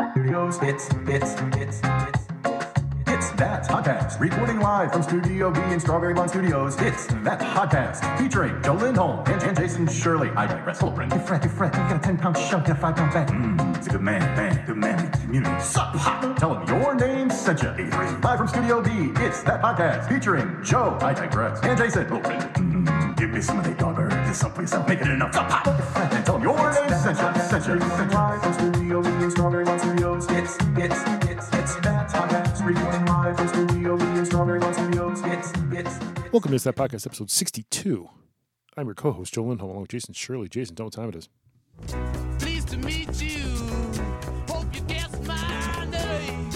It's, it's, it's, it's, It's That Podcast, recording live from Studio B in Strawberry Lawn Studios. It's That Podcast, featuring Joe Lindholm and, and Jason Shirley. I digress. Hello, Brent. You fret, you fret. You got a 10 pound chunk and a 5 pound bag. Mmm, it's a good man, man, good man. Community. Sup, hot. Tell him your name sent you. Live from Studio B, it's That Podcast, featuring Joe. I digress. And Jason. Hello, Brent. Mmm, give me some of that yogurt. Just someplace else. Make it enough. Sup, hot. And tell him your name sent you. Sent you. Sent you. Live from Studio B in Strawberry Lawn Studios. it's, it's, it's, it's that podcast recording live from Studio B in Strawberry Lawn Studios. It's, it's, it's Welcome to that podcast, episode 62. I'm your co host, Joe Lindholm, along with Jason Shirley. Jason, tell me what time it is. Pleased to meet you. Hope you guessed my name.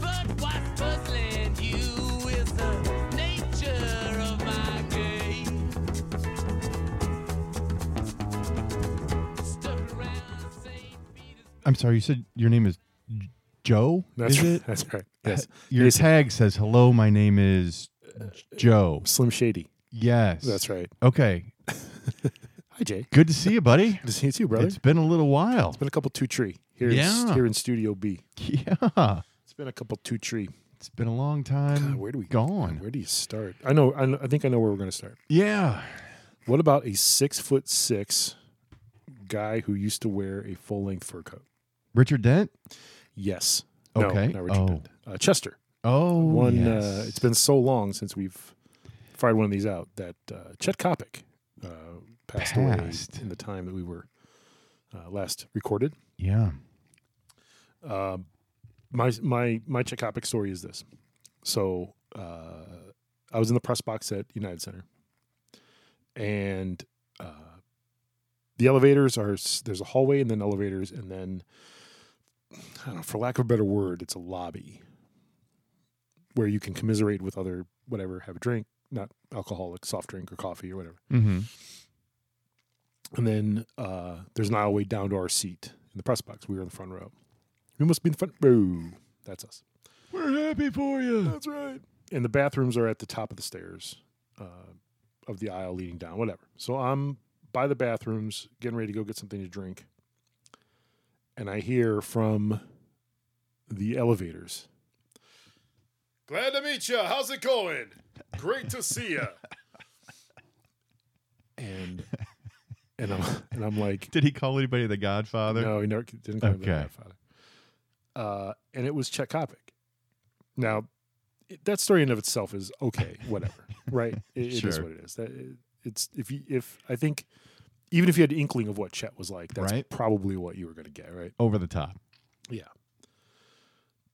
But what's puzzling you is the nature of my game. Stuck around St. Peter's. I'm sorry, you said your name is J- Joe? That's is right. it? That's right. Yes. Your Jason, tag says, hello, my name is J- Joe. Slim Shady. Yes. That's right. Okay. Hi, Jay. Good to see you, buddy. Good to see you too, brother. It's been a little while. been a couple two tree here, in, Yeah. here in Studio B. Yeah. It's been a couple two tree. It's been a long time. where do we gone? Where do you start? I know. I, know, I think I know where we're going to start. Yeah. What about a six foot six guy who used to wear a full length fur coat? Richard Dent? Yes. Okay. No, not Richard. Oh. Dent. Uh, Chester. Oh, One. yes. Uh, it's been so long since we've fired one of these out that uh, Chet Kopic uh, passed, Passed. away in the time that we were uh, last recorded. Yeah. Uh, My my my Chet Kopic story is this. So uh, I was in the press box at United Center, and uh, the elevators are s- there's a hallway and then elevators and then I don't know for lack of a better word it's a lobby where you can commiserate with other whatever have a drink not alcoholic soft drink or coffee or whatever Mm-hmm. and then uh, there's an aisleway down to our seat in the press box we were in the front row we must be in the front row that's us We're happy for you. that's right. And the bathrooms are at the top of the stairs, uh, of the aisle leading down, whatever. So I'm by the bathrooms, getting ready to go get something to drink. And I hear from the elevators. Glad to meet you. How's it going? Great to see you. and and I'm and I'm like, Did he call anybody the Godfather? no, he never didn't call him the Okay. Godfather. Uh, and it was Chet Kopic. Now, it, that story in and of itself is okay, whatever, right? It, it is Sure. what it is. That it's if you if I think even if you had inkling of what Chet was like, that's Right. probably what you were going to get, right? Over the top. Yeah.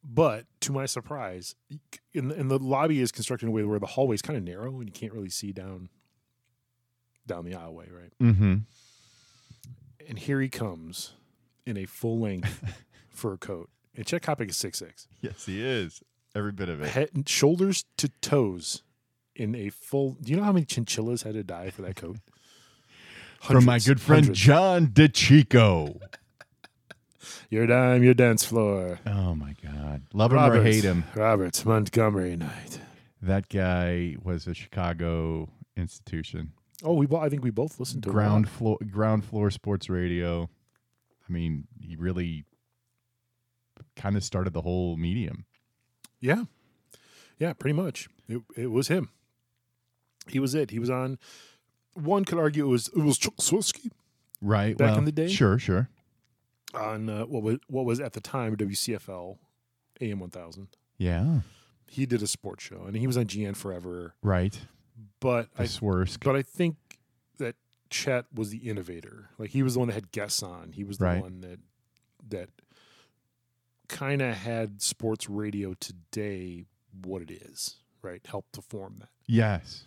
But to my surprise, y- and, and the lobby is constructed in a way where the hallway is kind of narrow and you can't really see down down the aisleway, right? Mm-hmm. and here he comes in a full length fur coat. And Chet Kopic is six six, Yes, he is. Every bit of it. head, shoulders to toes, in a full. Do you know how many chinchillas had to die for that coat? From my Hundreds, good friend hundreds. John DeChico. Your dime, your dance floor. Oh my God. Love him Robert, or hate him. Robert Montgomery Knight. That guy was a Chicago institution. Oh, we. bo- I think we both listened to him a lot. Ground floor ground floor sports radio. I mean, he really kind of started the whole medium. Yeah. Yeah, pretty much. It, it was him. He was it. He was on. One could argue it was it was Chuck Swilski Right. Back well, in the day? Sure, sure. on uh, what was what was at the time WCFL AM 1000. Yeah. He did a sports show and he was on GN forever, Right. but The I Swersk. but I think that Chet was the innovator. Like he was the one that had guests on. He was the Right. one that that kind of had sports radio today what it is, right? Helped to form that. Yes.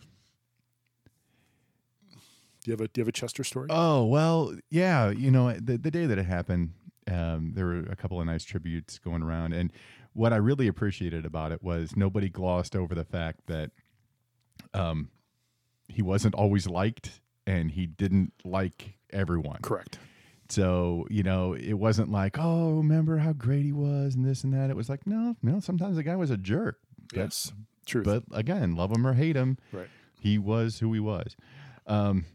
Do you have a do you have a Chester story? Oh well, yeah. You know, the the day that it happened, um, there were a couple of nice tributes going around, and what I really appreciated about it was nobody glossed over the fact that, um, he wasn't always liked, and he didn't like everyone. Correct. So you know, it wasn't like, oh, remember how great he was and this and that. It was like, no, no. Sometimes the guy was a jerk, Yes. Truth. but again, love him or hate him, right. he was who he was. Um,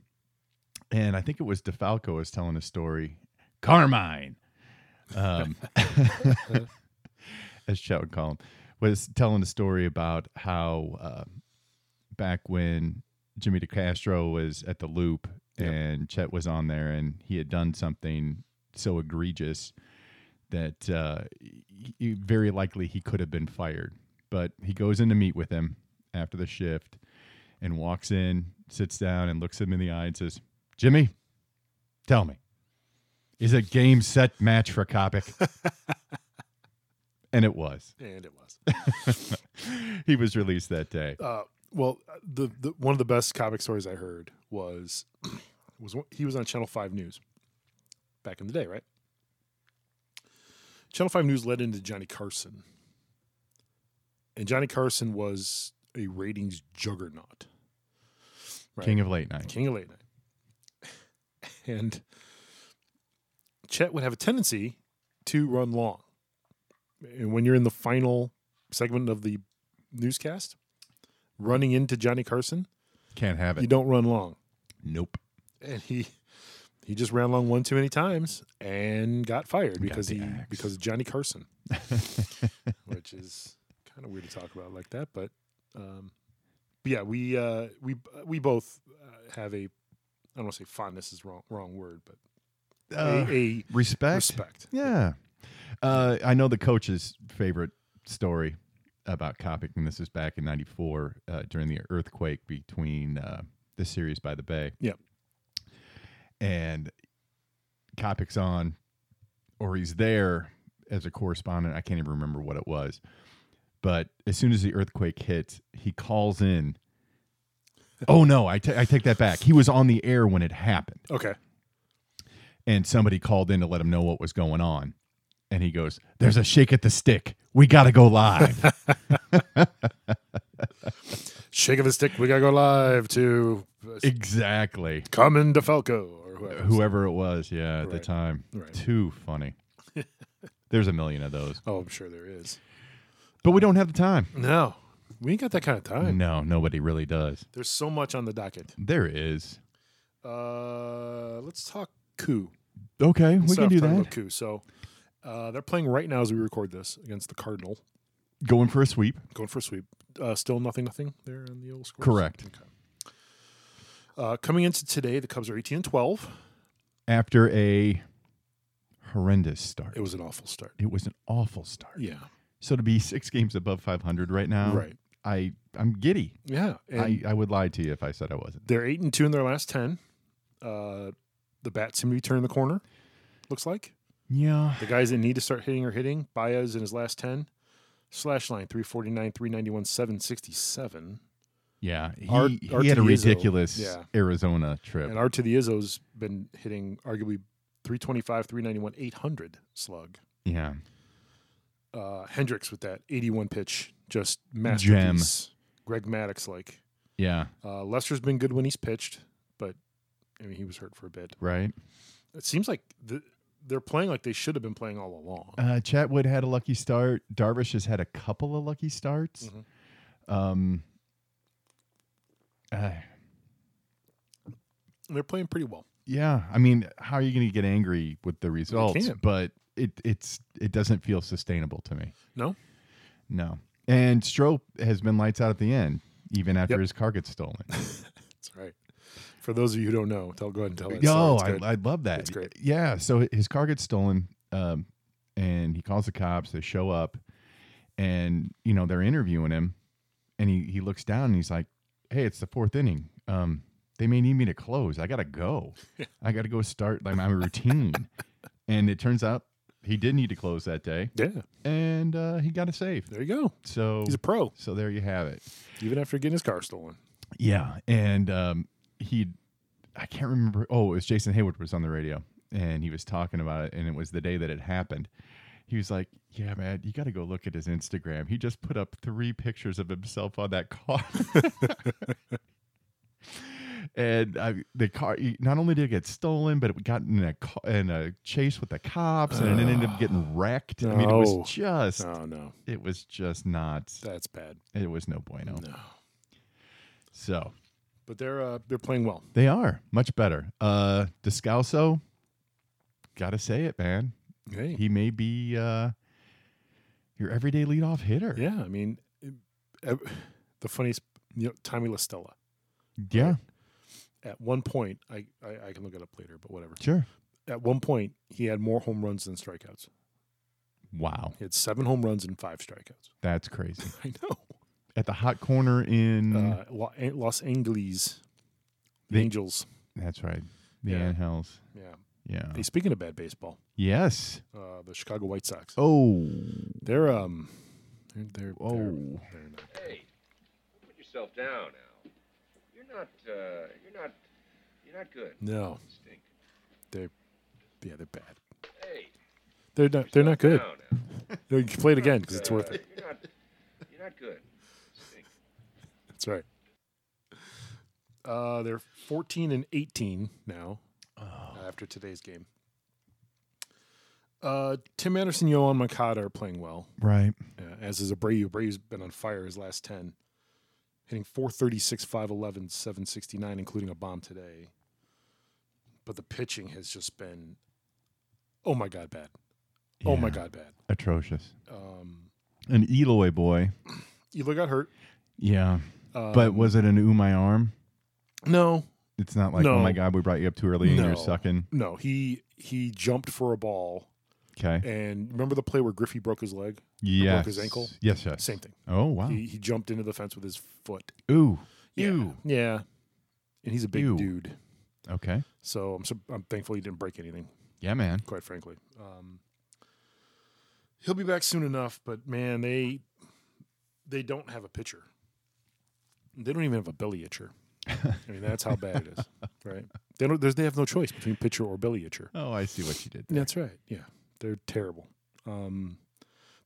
and I think it was DeFalco was telling a story. Carmine. um, as Chet would call him, was telling a story about how uh, back when Jimmy DeCastro was at the Loop Yep. and Chet was on there, and he had done something so egregious that uh, y- y- very likely he could have been fired. But he goes in to meet with him after the shift and walks in, sits down, and looks him in the eye and says, Jimmy, tell me, is a game set match for Kopic? and it was. And it was. he was released that day. uh, well, the, the one of the best comic stories I heard was was one- he was on Channel Five News back in the day, right? Channel Five News led into Johnny Carson, and Johnny Carson was a ratings juggernaut, right? King of late night. King of Late Night, and Chet would have a tendency to run long, and when you're in the final segment of the newscast, running into Johnny Carson, Can't have you it. don't run long. Nope. And he he just ran long one too many times and got fired because the he axe. because of Johnny Carson, which is kind of weird to talk about like that. But, um, but yeah, we uh, we we both uh, have a I don't want to say fondness is wrong wrong word, but Uh, a, a respect. respect. Yeah. Uh, I know the coach's favorite story about Kopic, and this is back in 94 uh, during the earthquake between uh, the series by the Bay. Yep. And Kopic's on, or he's there as a correspondent. I can't even remember what it was. But as soon as the earthquake hits, he calls in. oh, no, I ta- I take that back. He was on the air when it happened Okay. and somebody called in to let him know what was going on. And he goes, There's a shake at the stick. We got to go live. Shake of a stick. We gotta go live to uh, exactly. Carmen DeFalco or whoever. Whoever it was, yeah, at the Right. time. Right. Too funny. There's a million of those. Oh, I'm sure there is. But we don't have the time. No, we ain't got that kind of time. No, nobody really does. There's so much on the docket. There is. Uh, let's talk coup. Okay, we Let's can start do off talking about that. Coup. So uh, they're playing right now as we record this against the Cardinal, Going for a sweep. going for a sweep. Uh, still nothing, nothing there on the old score. Correct. Uh, coming into today, the Cubs are 18 and 12. After a horrendous start. It was an awful start. it was an awful start. Yeah. So to be six games above 500 right now, Right. I I'm giddy. Yeah. And I, I would lie to you if I said I wasn't. they're 8 and 2 in their last 10. Uh, the bats seem to be turning the corner, looks like. Yeah. The guys that need to start hitting are hitting. Baez in his last 10. Slash line 349, 391, 767. Yeah. He, Art- he Art had a Izzo, ridiculous yeah. Arizona trip. And R to the Izzo's been hitting arguably 325, 391, 800 slug. yeah. Uh, Hendricks with that 81 pitch, just masterpiece. Greg Maddox like. Yeah. Uh, Lester's been good when he's pitched, but I mean he was hurt for a bit. Right. It seems like the, they're playing like they should have been playing all along. Uh, Chatwood had a lucky start. Darvish has had a couple of lucky starts. Mhm. Um, uh, They're playing pretty well. yeah. I mean, how are you going to get angry with the results? can't. But it it's it doesn't feel sustainable to me. No, No. And Strope has been lights out at the end, even after Yep. his car gets stolen. that's right. For those of you who don't know, tell go ahead and tell that. No, story. Oh, I, It's good. I love that. It's great. Yeah. So his car gets stolen, um, and he calls the cops. They show up, and you know they're interviewing him, and he he looks down and he's like, "Hey, it's the fourth inning. Um, they may need me to close. I gotta go. I gotta go start like my routine." and it turns out he did need to close that day, yeah, and uh, he got a save. there you go. So He's a pro, so there you have it. even after getting his car stolen. Yeah, and um, he, I can't remember. Oh, it was Jason Hayward was on the radio, and he was talking about it, and it was the day that it happened. He was like, "Yeah, man, you got to go look at his Instagram. He just put up three pictures of himself on that car." And I, the car not only did it get stolen, but it got in a ca- in a chase with the cops, and it ended up getting wrecked. I mean, it No. was just Oh no, it was just not. that's bad. It was no bueno. No, So but they're uh, they're playing well. They are much better. Uh Descalso, gotta say it, man. Hey. He may be uh, your everyday leadoff hitter. yeah, I mean, it- ev- the funniest, you know, Tommy LaStella. Yeah, At one point, I, I, I can look it up later, but whatever. sure. At one point, he had more home runs than strikeouts. Wow, He had seven home runs and five strikeouts. that's crazy. I know. At the hot corner in Uh, Lo- An- Los Angeles The- Angels. that's right, the yeah. Anhels. Yeah. Yeah. Hey, speaking of bad baseball, Yes. uh, the Chicago White Sox. Oh, They're um, they're they're Oh. they're, they're not. Hey, put yourself down, Al. You're not, uh, you're not, you're not good. No, Stink. they're yeah, they're bad. Hey, They're not they're not good. down, Al. They can play it again because it's worth Uh, it. You're not, you're not good. Stink. That's right. Uh, they're 14 and 18 now after today's game. Uh, Tim Anderson, Yohan Makata are playing well, right. uh, as is Abreu. Abreu's been on fire his last 10, hitting 436, 511, 769, including a bomb today. But the pitching has just been, oh my God, bad. Oh my Yeah. God, bad. Atrocious. Um, An Eloy boy. Elo got hurt. Yeah. Um, but was it an ooh my arm? no, It's not like, oh No. my God, we brought you up too early and No. you're sucking. no, he he jumped for a ball Okay. And remember the play where Griffey broke his leg? Yes. broke his ankle? Yes, yes. Same thing. Oh, wow. He, he jumped into the fence with his foot. ooh. Yeah. Ew. Yeah. And he's a big Ew. dude. Okay. So I'm, sur- I'm thankful he didn't break anything, Yeah, man. quite frankly. Um, he'll be back soon enough, but man, they they don't have a pitcher. They don't even have a belly itcher. I mean, that's how bad it is, right? They don't. there's- They have no choice between pitcher or belly itcher. Oh, I see what you did there. That's right. Yeah, they're terrible. Um,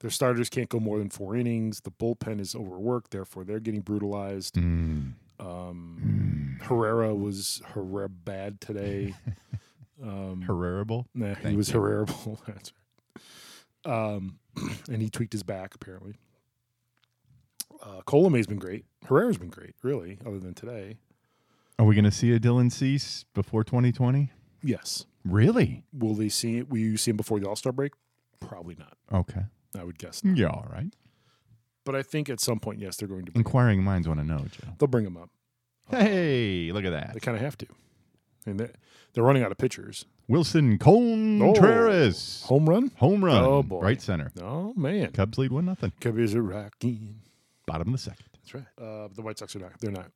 their starters can't go more than four innings. The bullpen is overworked, therefore they're getting brutalized. Mm. Um, Herrera was Herrera bad today. Um, Herrerable? nah, he thank was you. Herrerable. That's right. Um, and he tweaked his back apparently. Uh, Colomay's been great. Herrera's been great, really, other than today. Are we going to see a Dylan Cease before 2020? Yes. Really? Will they see it? Will you see him before the All Star break? Probably not. Okay. I would guess. Not. Yeah, Hmm, all right. But I think at some point, yes, they're going to. Bring Inquiring minds want to know, Joe. They'll bring him up. Hey, look at that. They kind of have to. And they, they're running out of pitchers. Wilson Contreras. Home run? Home run. Oh, boy. Right center. Oh, man. Cubs lead 1 nothing. Cubbies are rocking. Bottom of the second. That's right. Uh, the White Sox are not. They're not.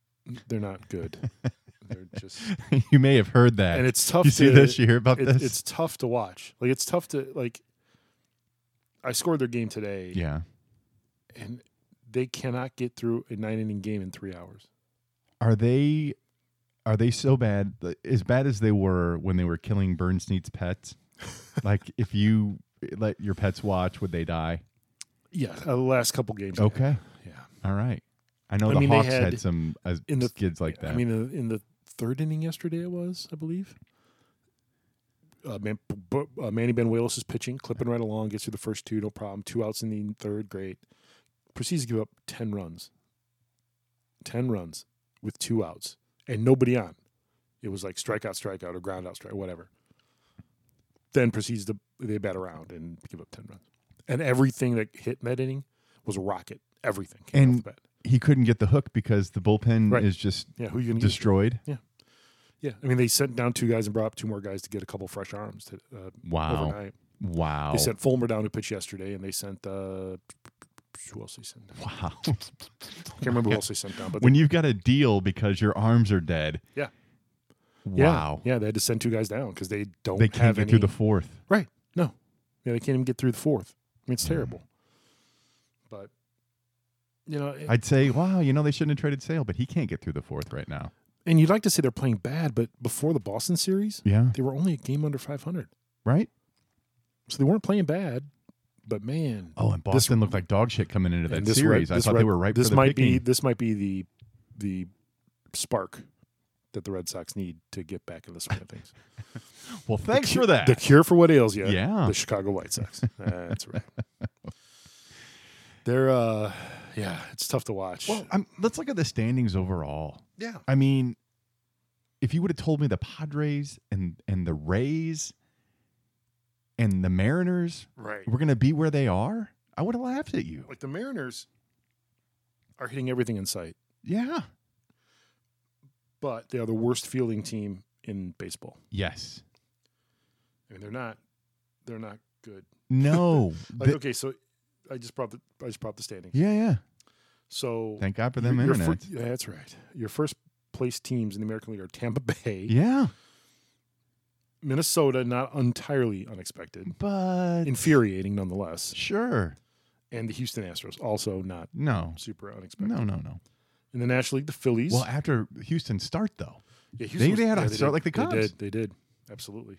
They're not good. they're just. you may have heard that. And it's tough. you see to, this? You hear about it- this? It's tough to watch. Like it's tough to like. I scored their game today, yeah. and they cannot get through a nine inning game in three hours. Are they are they so bad? As bad as they were when they were killing Bernstein's pets. like if you let your pets watch, would they die? Yeah, uh, the last couple games. yeah. Okay. Yeah. All right. I know I the mean, they Hawks had, had- some uh, in the- kids like that. I mean, uh, in the third inning yesterday, it was, I believe. Uh, Man, B- B- uh, Manny Benuelos is pitching, clipping right along, gets through the first two, no problem. Two outs in the third, great. Proceeds to give up 10 runs. 10 runs with two outs and nobody on. It was like strikeout, strikeout, or ground out, strike, whatever. Then proceeds to, they bat around and give up 10 runs. And everything that hit in that inning was a rocket. Everything came off And- the bat. he couldn't get the hook because the bullpen Right. is just Yeah, who you going to destroyed. Yeah, I mean, they sent down two guys and brought up two more guys to get a couple fresh arms to, uh, Wow. Oh. overnight. Wow. They sent Fulmer down to pitch yesterday, and they sent uh, who else they sent? Down? wow. I can't remember who else they sent down, but when they, you've got a deal because your arms are dead. Yeah. yeah, Wow. yeah, they had to send two guys down because they don't They can't have get any, through the fourth. right. No, yeah, they can't even get through the fourth. I mean, Mm. it's terrible. But you know, it- I'd say, wow, you know, they shouldn't have traded Sale, but he can't get through the fourth right now. and you'd like to say they're playing bad, but before the Boston series, Yeah. they were only a game under 500, Right? so they weren't playing bad. But man, Oh, and This- Boston looked like dog shit coming into that And this series. Red- I this thought they Red- were right This for the might be picking. this might be the the spark that the Red Sox need to get back in the swing of things. well, thanks for that. The cure for what ails you, Yeah. the Chicago White Sox. That's right. They're uh, yeah, it's tough to watch. well, I'm, let's look at the standings overall. yeah, I mean, if you would have told me the Padres and and the Rays and the Mariners Right. were going to be where they are, I would have laughed at you. Like the Mariners are hitting everything in sight, Yeah. but they are the worst fielding team in baseball. Yes. I mean, they're not. They're not good. No. Like, The- okay, so I just brought the I just brought the standings. yeah, yeah. So Thank God for them your- your internet. fir- yeah, that's right. Your first place teams in the American League are Tampa Bay, yeah, Minnesota, not entirely unexpected, but infuriating nonetheless, sure. and the Houston Astros, also not No. super unexpected. No, no, no. In the National League, the Phillies. Well, after Houston start though. yeah, they- was- they had a yeah, start did. like the Cubs. They did. They did. Absolutely.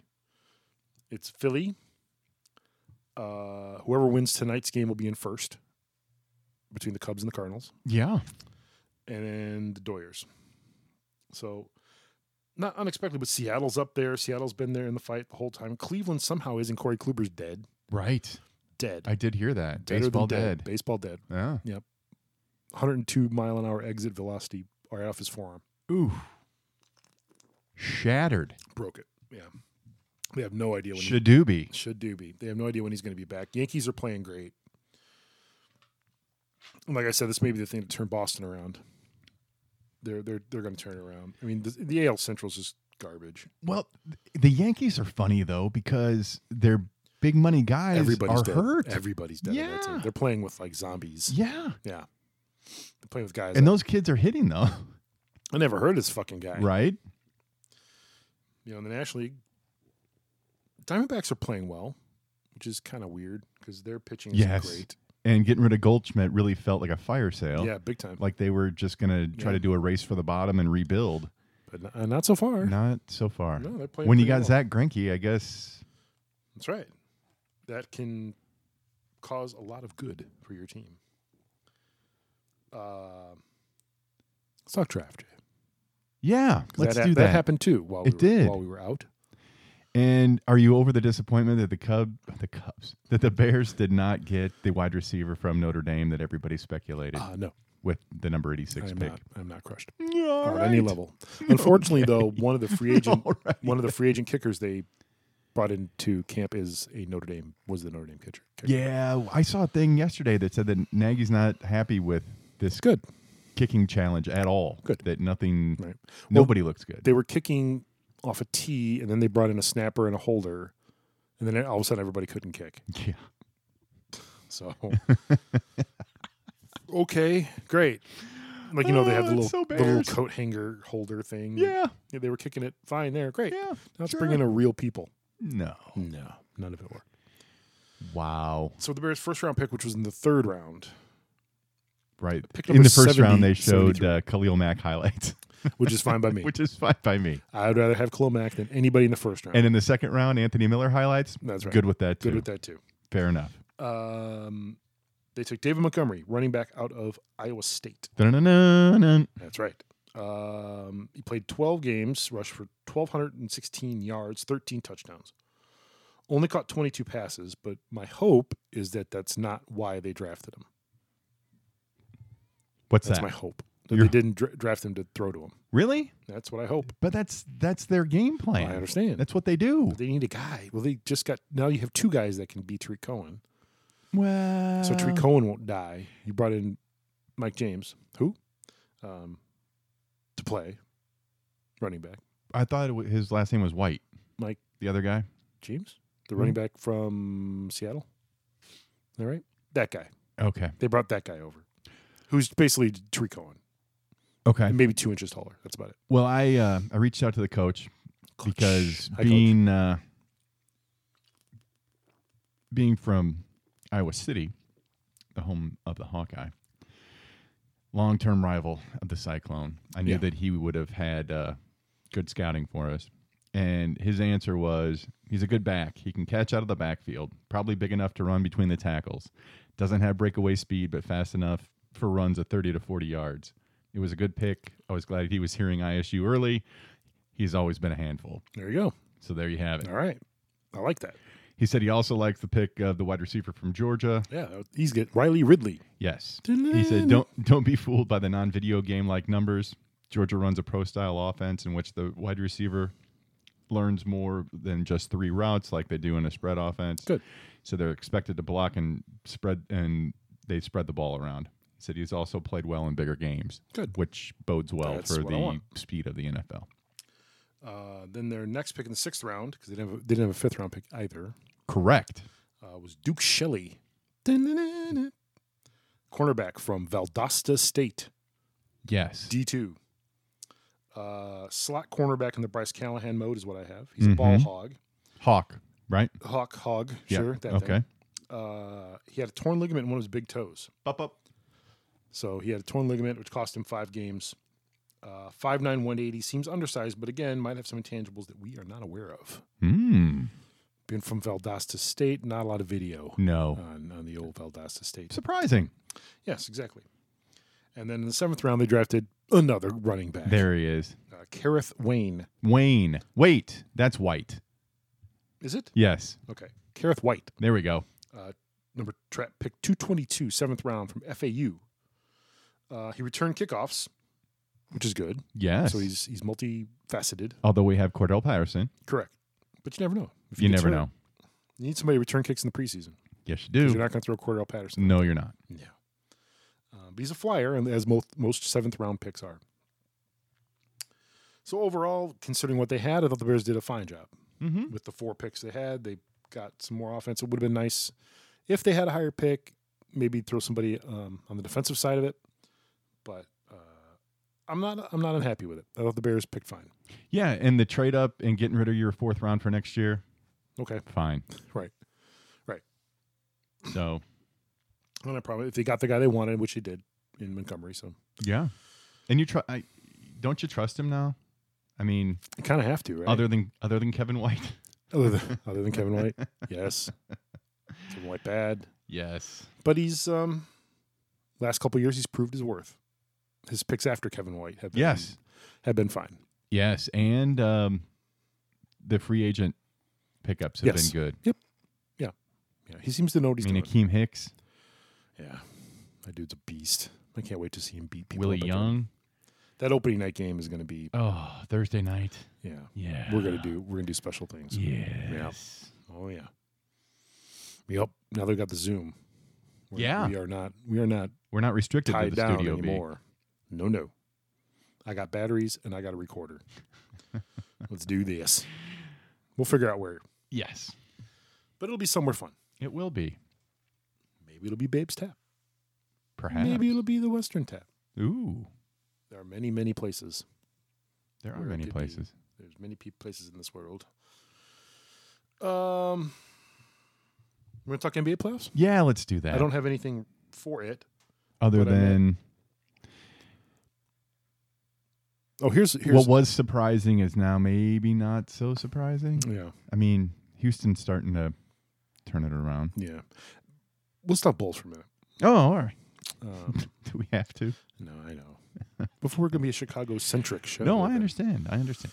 It's Philly. Uh, whoever wins tonight's game will be in first between the Cubs and the Cardinals. Yeah. and then the Doyers. So not unexpected, but Seattle's up there. Seattle's been there in the fight the whole time. Cleveland somehow isn't. Corey Kluber's dead. Right. Dead. I did hear that. Deader than Baseball dead. Baseball dead. Yeah. 102 mile an hour exit velocity right off his forearm. Ooh. Shattered. Broke it. Yeah. They have no idea when he Shadoobie. should do be. They have no idea when he's going to be back. Yankees are playing great. And Like I said, this may be the thing to turn Boston around. They're they're they're going to turn it around. I mean, the, the AL Central's just garbage. Well, th- the Yankees are funny though because their big money guys Everybody's are dead. hurt. Everybody's dead. on that team. Yeah. They're playing with like zombies. yeah. Yeah. They're playing with guys. And that- those kids are hitting though. I never heard of this fucking guy. Right? You know, in the National League, Diamondbacks are playing well, which is kind of weird because their pitching is Yes. great. And getting rid of Goldschmidt really felt like a fire sale. Yeah, big time. Like they were just gonna try Yeah. to do a race for the bottom and rebuild. But n- uh, not so far. Not so far. No, they're playing when you pretty got well. Zach Greinke, I guess That's right. That can cause a lot of good for your team. Uh, let's talk draft. Jay, 'cause Yeah, let's that, ha- do that. happened too while we It were, did. while we were out. And are you over the disappointment that the Cub, the Cubs, that the Bears did not get the wide receiver from Notre Dame that everybody speculated Uh, no, with the number eighty-six I'm pick? not, I'm not crushed. All or at any right. level. Unfortunately, though, one of the free agent All right. one of the free agent kickers they brought into camp is a Notre Dame was the Notre Dame catcher. kicker. Yeah, I saw a thing yesterday that said that Nagy's not happy with this good. kicking challenge at all. Good. That nothing, Right. nobody looks good. They were kicking off a tee, and then they brought in a snapper and a holder, and then all of a sudden everybody couldn't kick. yeah. So okay, great. Like you know, they have the Oh, little, that's so the little Bears. coat hanger holder thing. Yeah. Yeah, they were kicking it fine there. Great. Yeah. now let's sure. bring in a real people. No. No, none of it worked. Wow. So the Bears' first round pick, which was in the third round, Right. Pick In number the first round, 70 they showed 73. uh, Khalil Mack highlights, which is fine by me. which is fine by me. I'd rather have Clomac than anybody in the first round. And in the second round, Anthony Miller highlights. That's right. Good with that too. Good with that too. Fair enough. Um, they took David Montgomery, running back out of Iowa State. Dun-dun-dun-dun. That's right. Um, he played 12 games, rushed for 1,216 yards, 13 touchdowns. Only caught 22 passes, but my hope is that that's not why they drafted him. What's That's that? my hope. That Your- they didn't dra- draft him to throw to him. really? That's what I hope. But that's that's their game plan. Oh, I understand. That's what they do. They need a guy. Well, they just got now. You have two guys that can beat Tariq Cohen. Well, So Tariq Cohen won't die. You brought in Mike James, who, um, to play running back. I thought it wa- his last name was White. Mike The other guy. James, the running back from Seattle. All right, that guy. Okay. They brought that guy over, who's basically Tariq Cohen, Okay. and maybe two inches taller. That's about it. Well, I uh, I reached out to the coach because Hi, coach. being uh, being from Iowa City, the home of the Hawkeye, long term rival of the Cyclone, I knew Yeah. that he would have had uh, good scouting for us. And his answer was, he's a good back. He can catch out of the backfield, probably big enough to run between the tackles. Doesn't have breakaway speed, but fast enough for runs of 30 to 40 yards. It was a good pick. I was glad he was hearing ISU early. He's always been a handful. there you go. So there you have it. All right, I like that. He said he also likes the pick of the wide receiver from Georgia. Yeah, he's get Riley Ridley. Yes. He said don't don't be fooled by the non-video game like numbers. Georgia runs a pro style offense in which the wide receiver learns more than just three routes like they do in a spread offense. Good. So they're expected to block and spread, and they spread the ball around. He said he's also played well in bigger games. Good. Which bodes well That's for what I the want. speed of the NFL. Uh, then their next pick in the sixth round, because they didn't have, a- they didn't have a fifth round pick either, Correct. uh, was Duke Shelley, Dun-dun-dun-dun. cornerback from Valdosta State, Yes. D two. Uh, slot cornerback in the Bryce Callahan mode is what I have. He's a ball Mhm. hog, Hawk, right? hawk hog. Yeah. Sure, that okay. thing. Uh, he had a torn ligament in one of his big toes. Up, up. So he had a torn ligament, which cost him five games. Uh, 5'9", 180 seems undersized, but again, might have some intangibles that we are not aware of. Mm, Being from Valdosta State, not a lot of video no. on, on the old Valdosta State. Surprising. Yes, exactly. And then in the seventh round, they drafted another running back, There he is. uh, Kareth Wayne. Wayne. Wait, that's White. Is it Yes. okay? Kareth White, There we go. number trap pick 222, seventh round from FAU. Uh, he returned kickoffs, which is good. Yes. So he's he's multifaceted. Although we have Cordell Patterson, Correct. But you never know. If you get never hurt, know. You need somebody to return kicks in the preseason. Yes, you 'cause do. You're not going to throw Cordell Patterson. no, you're not. Yeah. Uh, but he's a flyer, and as most, most seventh round picks are. So overall, considering what they had, I thought the Bears did a fine job Mm-hmm. with the four picks they had. They got some more offense. It would have been nice if they had a higher pick, maybe throw somebody um, on the defensive side of it. But uh, I'm not I'm not unhappy with it. I thought the Bears picked fine. Yeah, and the trade up and getting rid of your fourth round for next year, Okay, fine. right. So, Not a problem. If they got the guy they wanted, which they did in Montgomery, so yeah. And you try, I, don't you trust him now? I mean, you kind of have to, right? other than other than Kevin White. other than, other than Kevin White, yes, Kevin White bad, Yes. but he's um last couple years he's proved his worth. His picks after Kevin White have been, Yes. have been fine. Yes, and um, the free agent pickups have Yes. been good. Yeah, he seems to know what he's I mean, doing. Akeem Hicks, Yeah, that dude's a beast. I can't wait to see him beat people. Willie up again. Young. That opening night game is going to be Oh, Thursday night. yeah. Yeah. We're gonna do we're gonna do special things. Yes. Oh yeah. Yep. Now they've got the Zoom. We're- Yeah. We are not we are not We're not restricted to tied the down studio B. anymore. No, no. I got batteries and I got a recorder. Let's do this. We'll figure out where, Yes. but it'll be somewhere fun. It will be. Maybe it'll be Babe's Tap. Perhaps. Maybe it'll be the Western Tap. Ooh. There are many, many places. There are Where it many could be. places. There's many pe- places in this world. Um, we're gonna talk NBA playoffs. Yeah, let's do that. I don't have anything for it. Other what I meant. than Oh, here's here's what was surprising is now maybe not so surprising. yeah I mean, Houston's starting to turn it around. yeah. Let's talk Bulls for a minute. Oh, all right. Um, Do we have to? no, I know. Before we're gonna be a Chicago centric show. No, I but, understand. I understand.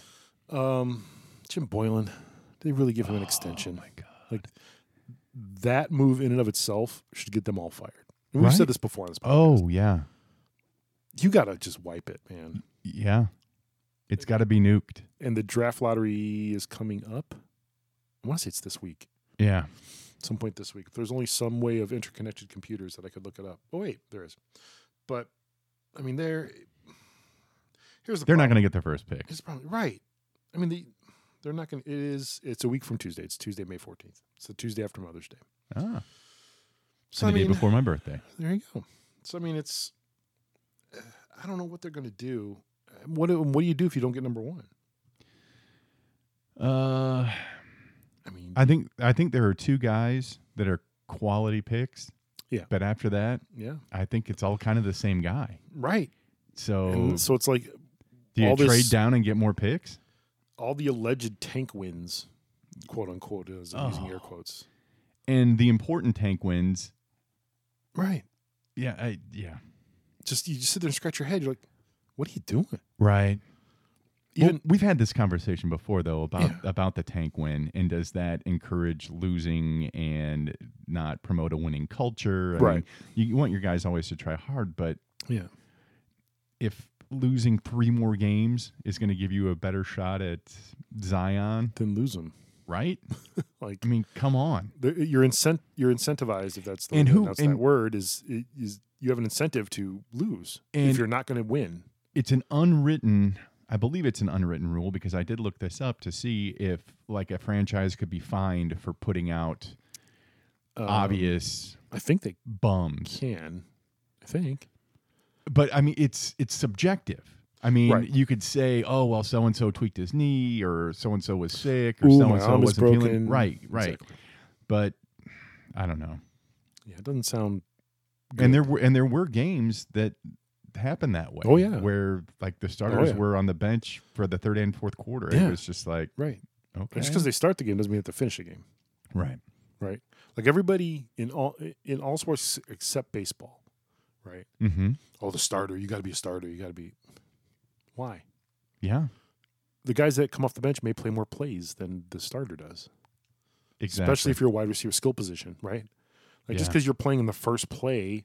Um, Jim Boylan, they really give him an extension. Oh, my God. Like that move in and of itself should get them all fired. And we've Right? said this before on this podcast. Oh, yeah. you gotta just wipe it, man. Yeah. It's got to be nuked. And the draft lottery is coming up. I want to say it's this week. Yeah. some point this week. If there's only some way of interconnected computers that I could look it up. Oh wait, there is. But I mean, they're here's the They're not problem. going to get their first pick. Here's the problem. Right. I mean, the, they're not going. to It is. It's a week from Tuesday. It's Tuesday, May fourteenth. It's the Tuesday after Mother's Day. Ah, So the I day mean, before my birthday. there you go. So I mean, it's. I don't know what they're going to do. What do- What do you do if you don't get number one? Uh, I mean, I think I think there are two guys that are quality picks. Yeah. But after that, yeah, I think it's all kind of the same guy. right. So Oh. And so it's like do you all trade this- down and get more picks? all the alleged tank wins, quote unquote, as I'm using air Oh. quotes. And the important tank wins. Right. Yeah, I, yeah. just you just sit there and scratch your head. You're like, what are you doing? Right. Even we've had this conversation before though about Yeah. about the tank win and does that encourage losing and not promote a winning culture? I mean, Right. you want your guys always to try hard, but yeah, if losing three more games is going to give you a better shot at Zion, Then lose them. right? Like I mean, come on. the- uh, you're incent you're incentivized if that's the And way to who- announce and- that word is is you have an incentive to lose And- if you're not going to win. It's an unwritten, I believe it's an unwritten rule because I did look this up to see if like a franchise could be fined for putting out Um, obvious I think they bums. can. I think but I mean, it's it's subjective. I mean, Right. you could say, "Oh, well, so and so tweaked his knee, or so and so was sick, or Ooh, so my and so arm is wasn't feeling broken. right." Right. Exactly. But I don't know. Yeah, it doesn't sound. And Good. there were and there were games that happened that way. Oh, yeah. Oh, where like the starters yeah. were on the bench for the third and fourth quarter. It Yeah. was just like Right. okay, Just because they start the game doesn't mean they have to finish the game, right, right? Like everybody in all in all sports except baseball, right? mm-hmm. Oh, the starter, you got to be a starter. You got to be. Why? yeah, The guys that come off the bench may play more plays than the starter does, exactly. especially if you're a wide receiver skill position, right? Like just Yeah. because you're playing in the first play,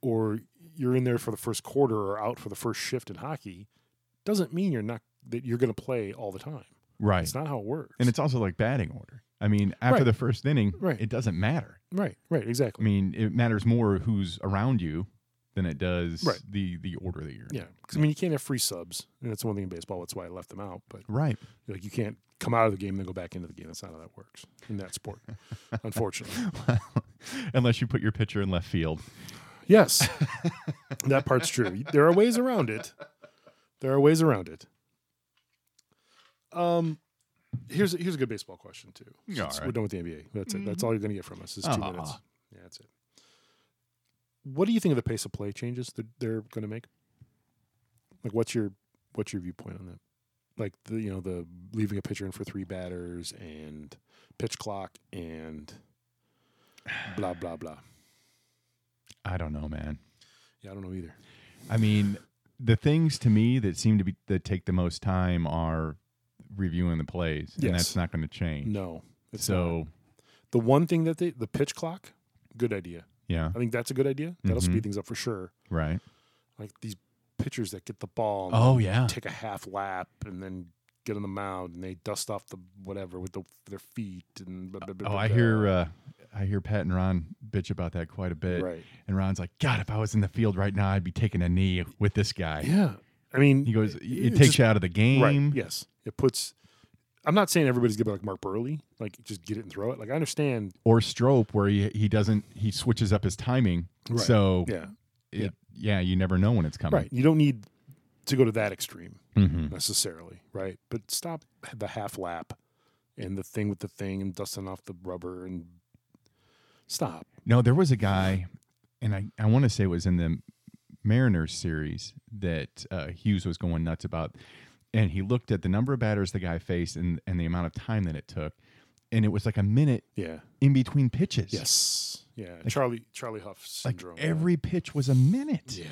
or you're in there for the first quarter, or out for the first shift in hockey, doesn't mean you're not that you're going to play all the time. right, It's not how it works. and it's also like batting order. I mean, after Right. the first inning, Right. it doesn't matter. right, right, exactly. I mean, it matters more who's around you than it does Right. the the order that you're. in. Yeah, because I mean, you can't have free subs, and that's one thing in baseball. That's why I left them out. But Right. like, you can't come out of the game and then go back into the game. That's not how that works in that sport, unfortunately. Unless you put your pitcher in left field. Yes, that part's true. There are ways around it. There are ways around it. Um, here's a, here's a good baseball question too. Yeah, all Since right. Ah, We're done with the NBA. That's it. That's all you're going to get from us is two Aw. minutes. Yeah, that's it. What do you think of the pace of play changes that they're going to make? Like, what's your what's your viewpoint on that? Like the you know the leaving a pitcher in for three batters and pitch clock and blah blah blah. I don't know, man. Yeah, I don't know either. I mean, the things to me that seem to be that take the most time are reviewing the plays, and Yes. that's not going to change. No. It's not. so the one thing that they the pitch clock, good idea. yeah, I think that's a good idea. That'll Mhm. speed things up for sure. right. Like these pitchers that get the ball, and Oh yeah, take a half lap, and then get on the mound and they dust off the whatever with the, their feet and. Blah, blah, blah, Oh, blah, I blah. hear uh, I hear Pat and Ron bitch about that quite a bit. Right. And Ron's like, God, if I was in the field right now, I'd be taking a knee with this guy. Yeah, I mean, uh, He goes, it, takes just- you out of the game. Right. Yes, it puts. I'm not saying everybody's gonna be like Mark Burley, like just get it and throw it. Like I understand. Or Strope, where he, he doesn't he switches up his timing. Right. So um, Yeah. it, yeah, you never know when it's coming. Right. You don't need to go to that extreme. hmm necessarily, right? But stop the half lap and the thing with the thing and dusting off the rubber and stop. No, there was a guy, and I, I want to say it was in the Mariners series that uh, Hughes was going nuts about. And he looked at the number of batters the guy faced and, and the amount of time that it took. And it was like a minute Yeah. in between pitches. Yes. Yeah. Charlie Charlie Huff Like syndrome. every pitch was a minute. Yeah.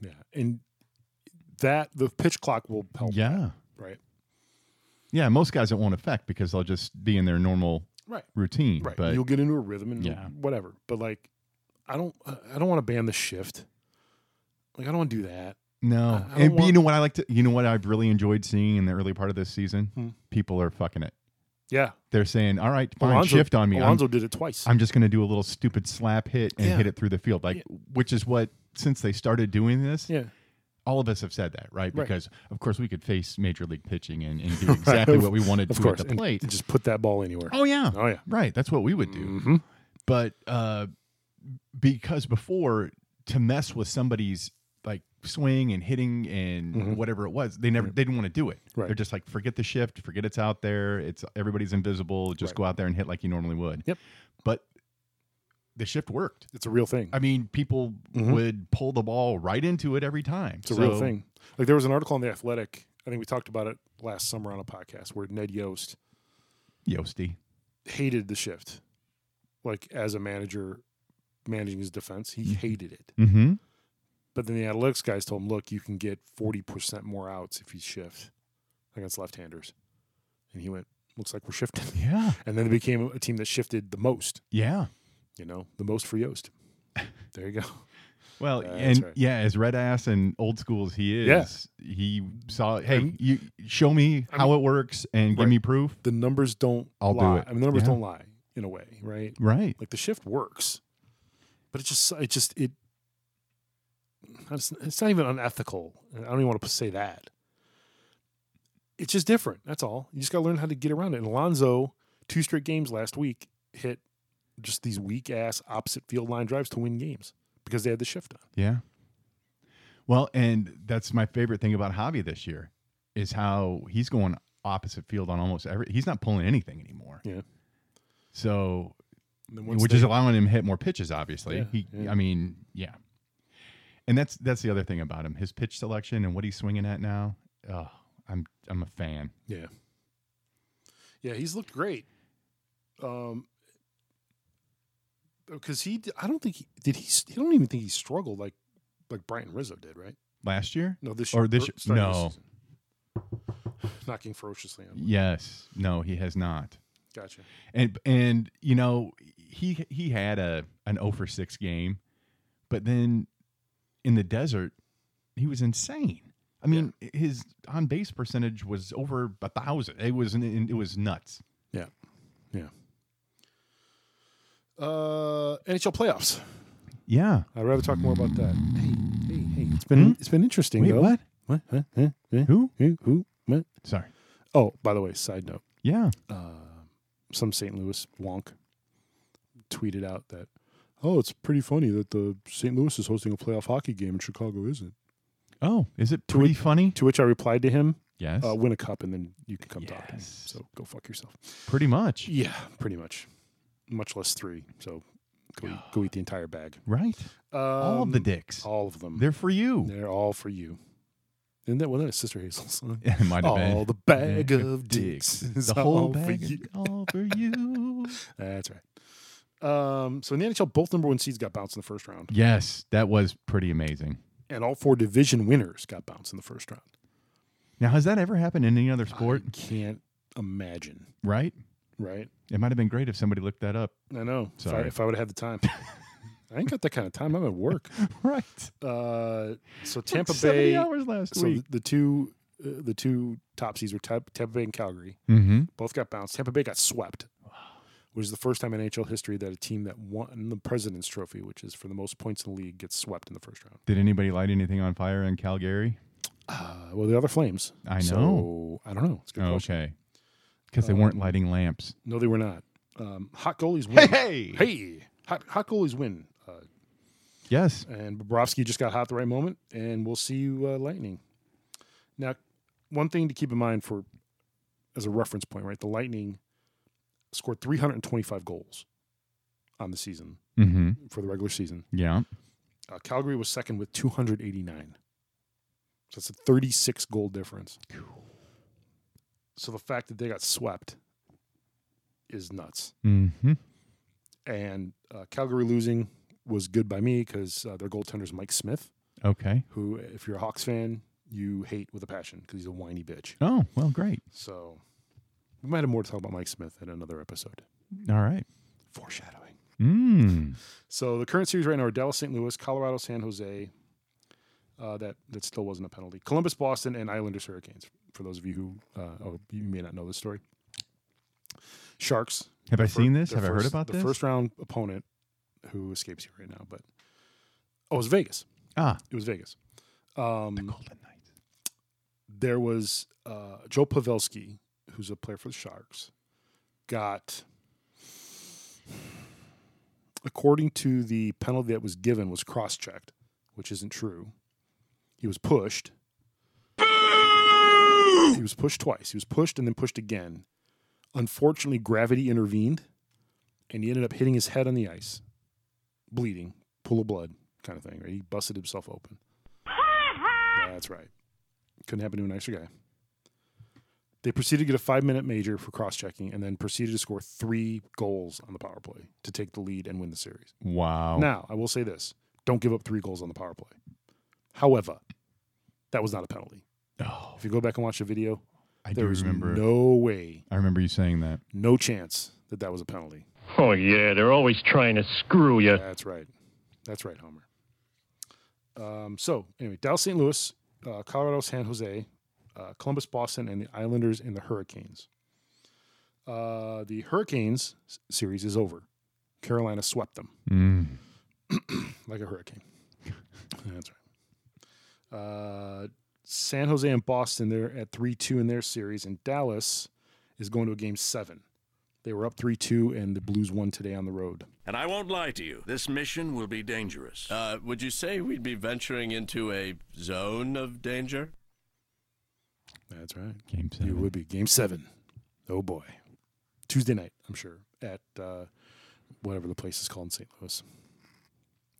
Yeah. And that the pitch clock will help. Yeah. Right. Yeah, most guys it won't affect because they'll just be in their normal Right. routine. Right. But You'll get into a rhythm and Yeah. whatever. But like I don't I don't want to ban the shift. Like I don't want to do that. no. I- I don't And but you want- know what I like to you know what I've really enjoyed seeing in the early part of this season? Hmm. People are fucking it. Yeah. They're saying, All right, fine, Alonzo- shift on me. I'm- Alonzo did it twice. I'm just going to do a little stupid slap hit and Yeah. hit it through the field, like which is what since they started doing this, yeah. all of us have said that, right? Right. Because of course we could face major league pitching and, and do exactly what we wanted Of to course. at the and plate. just put that ball anywhere. oh yeah, Oh, yeah. right. That's what we would do. Mhm. But uh, because before to mess with somebody's like swing and hitting and Mhm. whatever it was, they never they didn't want to do it. Right. They're just like forget the shift, forget it's out there. It's everybody's invisible. Just Right. go out there and hit like you normally would. Yep. But the shift worked. It's a real thing. I mean, people Mhm. would pull the ball right into it every time. It's a real thing. Like there was an article on the Athletic. I think we talked about it last summer on a podcast where Ned Yost Yosty. hated the shift. Like as a manager managing his defense, he Mhm. hated it. Mm-hmm. But then the analytics guys told him, "Look, you can get forty percent more outs if you shift against left-handers." And he went, "Looks like we're shifting." Yeah. And then it became a team that shifted the most. Yeah. You know, the most for Yost. There you go. Well, That's and right. yeah, as red ass and old school as he Yeah. is, he saw. Hey, I'm- you show me I'm- how it works and give Right. me proof. The numbers don't I'll do lie. it. I mean, the numbers Yeah. don't lie in a way, right? Right. Like the shift works, but it just it just it. It's, it's not even unethical. I don't even want to say that. It's just different. That's all. You just got to learn how to get around it. And Alonzo, two straight games last week, hit just these weak ass opposite field line drives to win games because they had the shift on. Yeah. Well, and that's my favorite thing about Javi this year is how he's going opposite field on almost every. He's not pulling anything anymore. Yeah. So, And then once which they- is allowing him to hit more pitches. Obviously, Yeah, he. yeah. I mean, yeah. And that's that's the other thing about him, his pitch selection and what he's swinging at now. Oh, I'm I'm a fan. Yeah. Yeah, he's looked great. Um, because he, d- I don't think he did. He, s- I don't even think he struggled like like Brian Rizzo did, right? Last year, No, this Or this year- starting this no. season. knocking ferociously on. Yes. No, he has not. Gotcha. And and you know, he he had a an 0 for 6 game, but then in the desert, he was insane. I mean, his on base percentage was over a thousand. It was it was nuts. Yeah, yeah. Uh, NHL playoffs. Yeah. I'd rather talk more about that. Hey, hey, hey! It's been it's been interesting. Hmm? Wait, though. what? What? Huh? Huh? Huh? Who? Who? Who? What? Sorry. Oh, by the way, side note. Yeah. some St. Louis wonk tweeted out that, "Oh, it's pretty funny that the St. Louis is hosting a playoff hockey game and Chicago isn't." Oh, is it To pretty it- funny? To which I replied to him, Yes. uh, "Win a cup and then you can come talk to me." Yes. So go fuck yourself. pretty much. Yeah, pretty much. Much less three. So go eat, go eat the entire bag. Right. Um, all of the dicks. All of them. They're, They're for you. all for you. Isn't that wasn't that a Sister Hazel song? It might have been. All the bag of dicks. is The whole all for bag. you. is All for you. That's right. Um, so in the NHL, both number one seeds got bounced in the first round. Yes, that was pretty amazing. and all four division winners got bounced in the first round. Now, has that ever happened in any other sport? I can't imagine, right? right? It might have been great if somebody looked that up. I know. If I, Sorry. if I would have had the time, I ain't got that kind of time. I'm at work. Right. Uh, so It's like Tampa 70 Bay. hours last So week. the two, uh, the two top seeds were Tam- Tampa Bay and Calgary. Mm-hmm. Both got bounced. Tampa Bay got swept, which is the first time in NHL history that a team that won the President's Trophy, which is for the most points in the league, gets swept in the first round. Did anybody light anything on fire in Calgary? Uh, well, the other Flames. Ah. I Oh, So, I don't know. It's a good question. Uh, Okay. Because they weren't lighting lamps. No, they were not. Um, hot goalies win. hey. Hey, hot, hot goalies win. Uh, Yes. and Bobrovsky just got hot at the right moment, and we'll see you uh, Lightning. Now, one thing to keep in mind for as a reference point, right? The Lightning scored 325 goals on the season Mm-hmm. for the regular season. Yeah. Uh, Calgary was second with 289. So that's a 36 goal difference. So the fact that they got swept is nuts. Mm-hmm. and uh, Calgary losing was good by me because uh, their goaltender's Mike Smith, Okay. who, if you're a Hawks fan, you hate with a passion because he's a whiny bitch. Oh, well, great. So we might have more to talk about Mike Smith in another episode. All right. Foreshadowing. Mm. So the current series right now are Dallas, St. Louis, Colorado, San Jose. Uh, that that still wasn't a penalty. Columbus, Boston, and Islanders, Hurricanes. For those of you who, uh, oh, you may not know this story. Sharks Have I fir- seen this? their Have I heard first- about the this? first round opponent who escapes you right now? But oh, it was Vegas. ah, It was Vegas. Um, Golden Knights. there was uh, Joe Pavelski, who's a player for the Sharks, got according to the penalty that was given was cross checked, which isn't true. He was pushed. He was pushed twice. He was pushed and then pushed again. Unfortunately, gravity intervened, and he ended up hitting his head on the ice, bleeding, pool of blood, kind of thing. Right? He busted himself open. That's right. Couldn't happen to a nicer guy. They proceeded to get a five minute major for cross checking and then proceeded to score three goals on the power play to take the lead and win the series. Wow. Now, I will say this don't give up three goals on the power play. However, that was not a penalty. Oh, If you go back and watch the video, I do there is remember. no way, I remember you saying that. no chance that that was a penalty. Oh, yeah, they're always trying to screw you. That's right. That's right, Homer. Um, so anyway, Dallas, St. Louis, uh, Colorado, San Jose, uh, Columbus, Boston, and the Islanders and the Hurricanes. Uh, the Hurricanes s- series is over. Carolina swept them Mm. like a hurricane. That's right. Uh, San Jose and Boston, they're at 3 2 in their series, and Dallas is going to a game seven. They were up 3 2, and the Blues won today on the road. And I won't lie to you, this mission will be dangerous. Uh, would you say we'd be venturing into a zone of danger? That's right. Game You seven. would be game seven. Oh boy, Tuesday night, I'm sure at uh, whatever the place is called in St. Louis.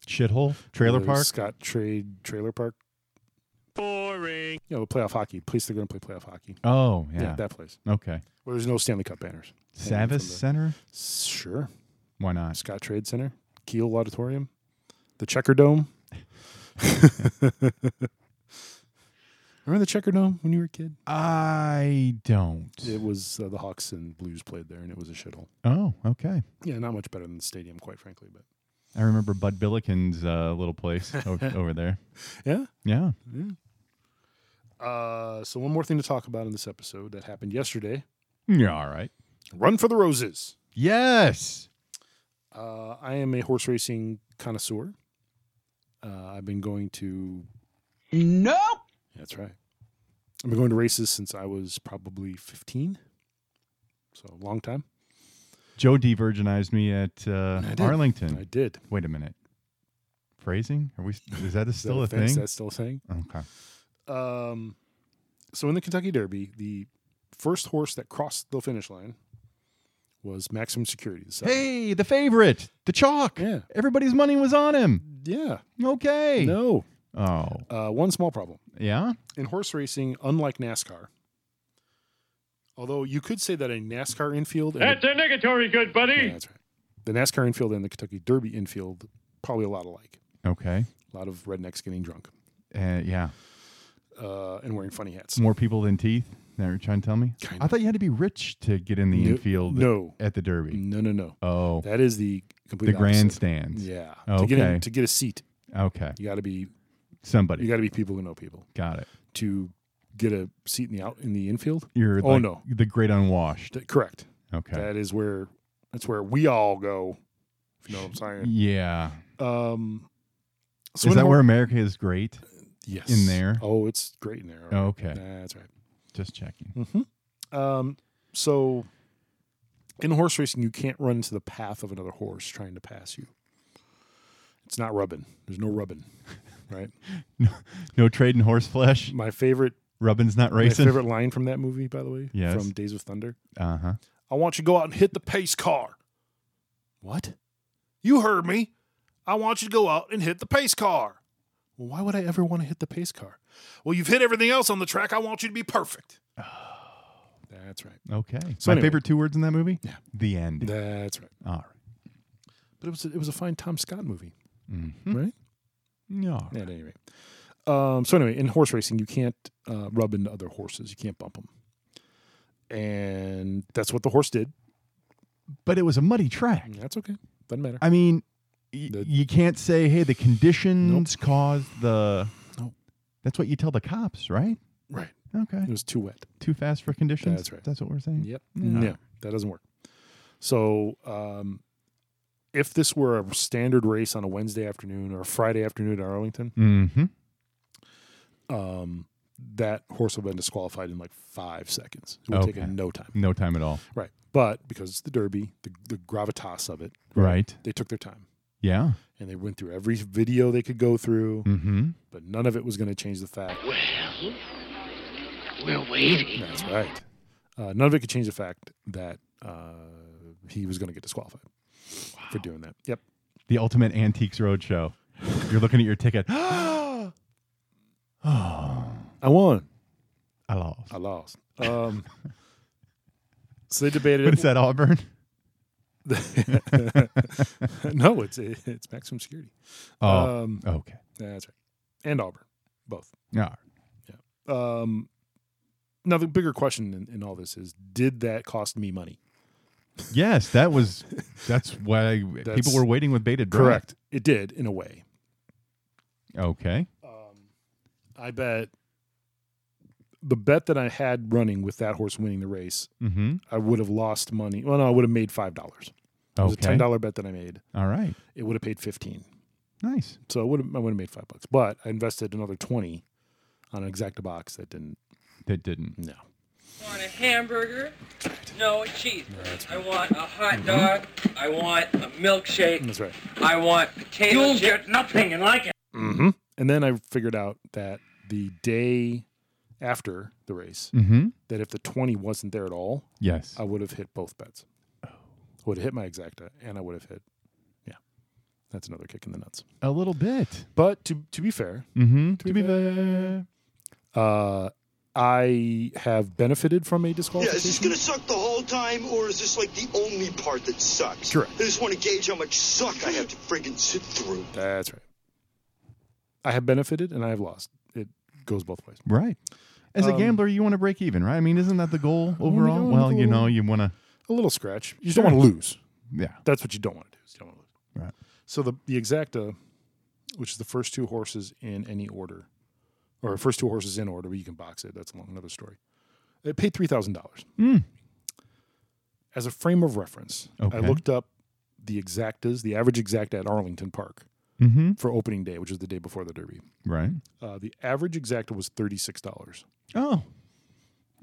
Shithole? Trailer The park? Scott Trade Trailer Park. Boring. You know, playoff hockey place. They're going to play playoff hockey. Oh, Yeah, yeah. that place. okay. Well, there's no Stanley Cup banners. Hanging from Savis Center? the- Sure. Why not? Scott Trade Center, Kiel Auditorium, the Checker Dome. Remember the Checker Dome when you were a kid? I don't. It was uh, the Hawks and Blues played there, and it was a shithole. Oh, okay. Yeah, not much better than the stadium, quite frankly. But I remember Bud Billiken's uh, little place o- over there. yeah. Yeah. Uh, so one more thing to talk about in this episode that happened yesterday: Yeah, all right. Run for the Roses. Yes. Uh, I am a horse racing connoisseur. Uh, I've been going to. Nope. That's right. I've been going to races since I was probably fifteen, so a long time. Joe de-virginized me at uh, I did. Arlington. I did. Wait a minute. Phrasing? Are we? Is that a, Is that still a Is thing? that still a thing? Okay. Um, so in the Kentucky Derby, the first horse that crossed the finish line was Maximum Security. the seven. Hey, the favorite, the chalk. Yeah. Everybody's money was on him. Yeah. Okay. No. Oh, Uh, one small problem. yeah. in horse racing, unlike NASCAR, although you could say that a NASCAR infield, and a negatory, good buddy. yeah, that's right, the NASCAR infield and the Kentucky Derby infield probably a lot alike. Okay. A lot of rednecks getting drunk Uh, yeah. uh, and wearing funny hats. More people than teeth. That you're trying to tell me? Kind I thought you had to be rich to get in the No- infield no. at the Derby. No, no, no. Oh, That is the complete the opposite. grandstands. Yeah. To get Okay. in, to get a seat, Okay. you got to be you Somebody got to be people who know people. got it. To get a seat in the out in the infield, You're Oh, like no. the great unwashed. th- correct. Okay. That is where that's where we all go. If you know what I'm saying. yeah. Um, so Is in that hor- where America is great? Yes. in there. Oh, it's great in there. all right. Okay. That's right. Just checking. Um, so in horse racing, you can't run into the path of another horse trying to pass you. It's not rubbing. There's no rubbing, right? No trading horse flesh. My favorite, Rubbin's not my racing. favorite line from that movie, by the way, Yes. from Days of Thunder. Uh huh. I want you to go out and hit the pace car. What? You heard me. I want you to go out and hit the pace car. Well, why would I ever want to hit the pace car? Well, you've hit everything else on the track. I want you to be perfect. Oh, That's right. Okay. So My anyway. favorite two words in that movie? Yeah. The end. That's right. All right. But it was a, it was a fine Tom Scott movie, right? No. Mm-hmm. At any rate. Um, so anyway, in horse racing, you can't uh, rub into other horses. You can't bump them, and that's what the horse did. But it was a muddy track. That's okay. Doesn't matter. I mean, y- The- you can't say, hey, the conditions caused the. Nope. That's what you tell the cops, right? right. Okay. It was too wet. Too fast for conditions? That's right. That's what we're saying? Yep. No. No, that doesn't work. So, um, if this were a standard race on a Wednesday afternoon or a Friday afternoon at Arlington, Mm-hmm. um, that horse would have been disqualified in like five seconds. It would have Okay. taken no time. No time at all. Right. But because it's the Derby, the, the gravitas of it, Right. they took their time Yeah. and they went through every video they could go through, Mm-hmm. but none of it was going to change the fact. Well, we're waiting. That's right. Uh, none of it could change the fact that uh, he was going to get disqualified for doing that. Yep. The ultimate antiques roadshow. You're looking at your ticket. Oh. I won. I lost. I lost. Um, so they debated. What is that, Auburn? no, it's it's maximum security. Oh, Um, okay. that's right. And Auburn, both. All right. Um, now the bigger question in, in all this is: Did that cost me money? Yes, that was. That's why people That's- were waiting with bated breath. It did in a way. Okay. I bet the bet that I had running with that horse winning the race, Mm-hmm. I would have lost money. Well, no, I would have made five dollars. It was a Okay. ten dollar bet that I made. All right. It would have paid fifteen. Nice. So I would have I would have made five bucks. But I invested another twenty on an exacta box that didn't That didn't. no. want a hamburger? No, a cheeseburger. I want a hot dog. I want a milkshake. That's right. I want potato You'll get nothing and like it. Mm-hmm. And then I figured out that the day after the race, Mm-hmm. that if the twenty wasn't there at all, Yes. I would have hit both bets. Would have hit my exacta, and I would have hit. Yeah, that's another kick in the nuts. A little bit. But to to be fair, Mm-hmm. To be be fair. uh, I have benefited from a Yeah, is this disqualification. gonna suck the whole time, or is this like the only part that sucks? Correct. I just want to gauge how much suck I have to friggin' sit through. That's right. I have benefited and I have lost. It goes both ways. Right. As a Um, gambler, you want to break even, right? I mean, isn't that the goal overall? go well, with you the- know, you want to. A little scratch. You just don't want to lose. Yeah. That's what you don't want to do. is You don't want to lose. Right. So the the exacta, which is the first two horses in any order, or first two horses in order, but you can box it. That's a long, another story. It paid three thousand dollars. Mm. As a frame of reference, Okay. I looked up the exactas, the average exacta at Arlington Park Mm-hmm. for opening day, which is the day before the Derby. Right. Uh, the average exacta was thirty six dollars. Oh.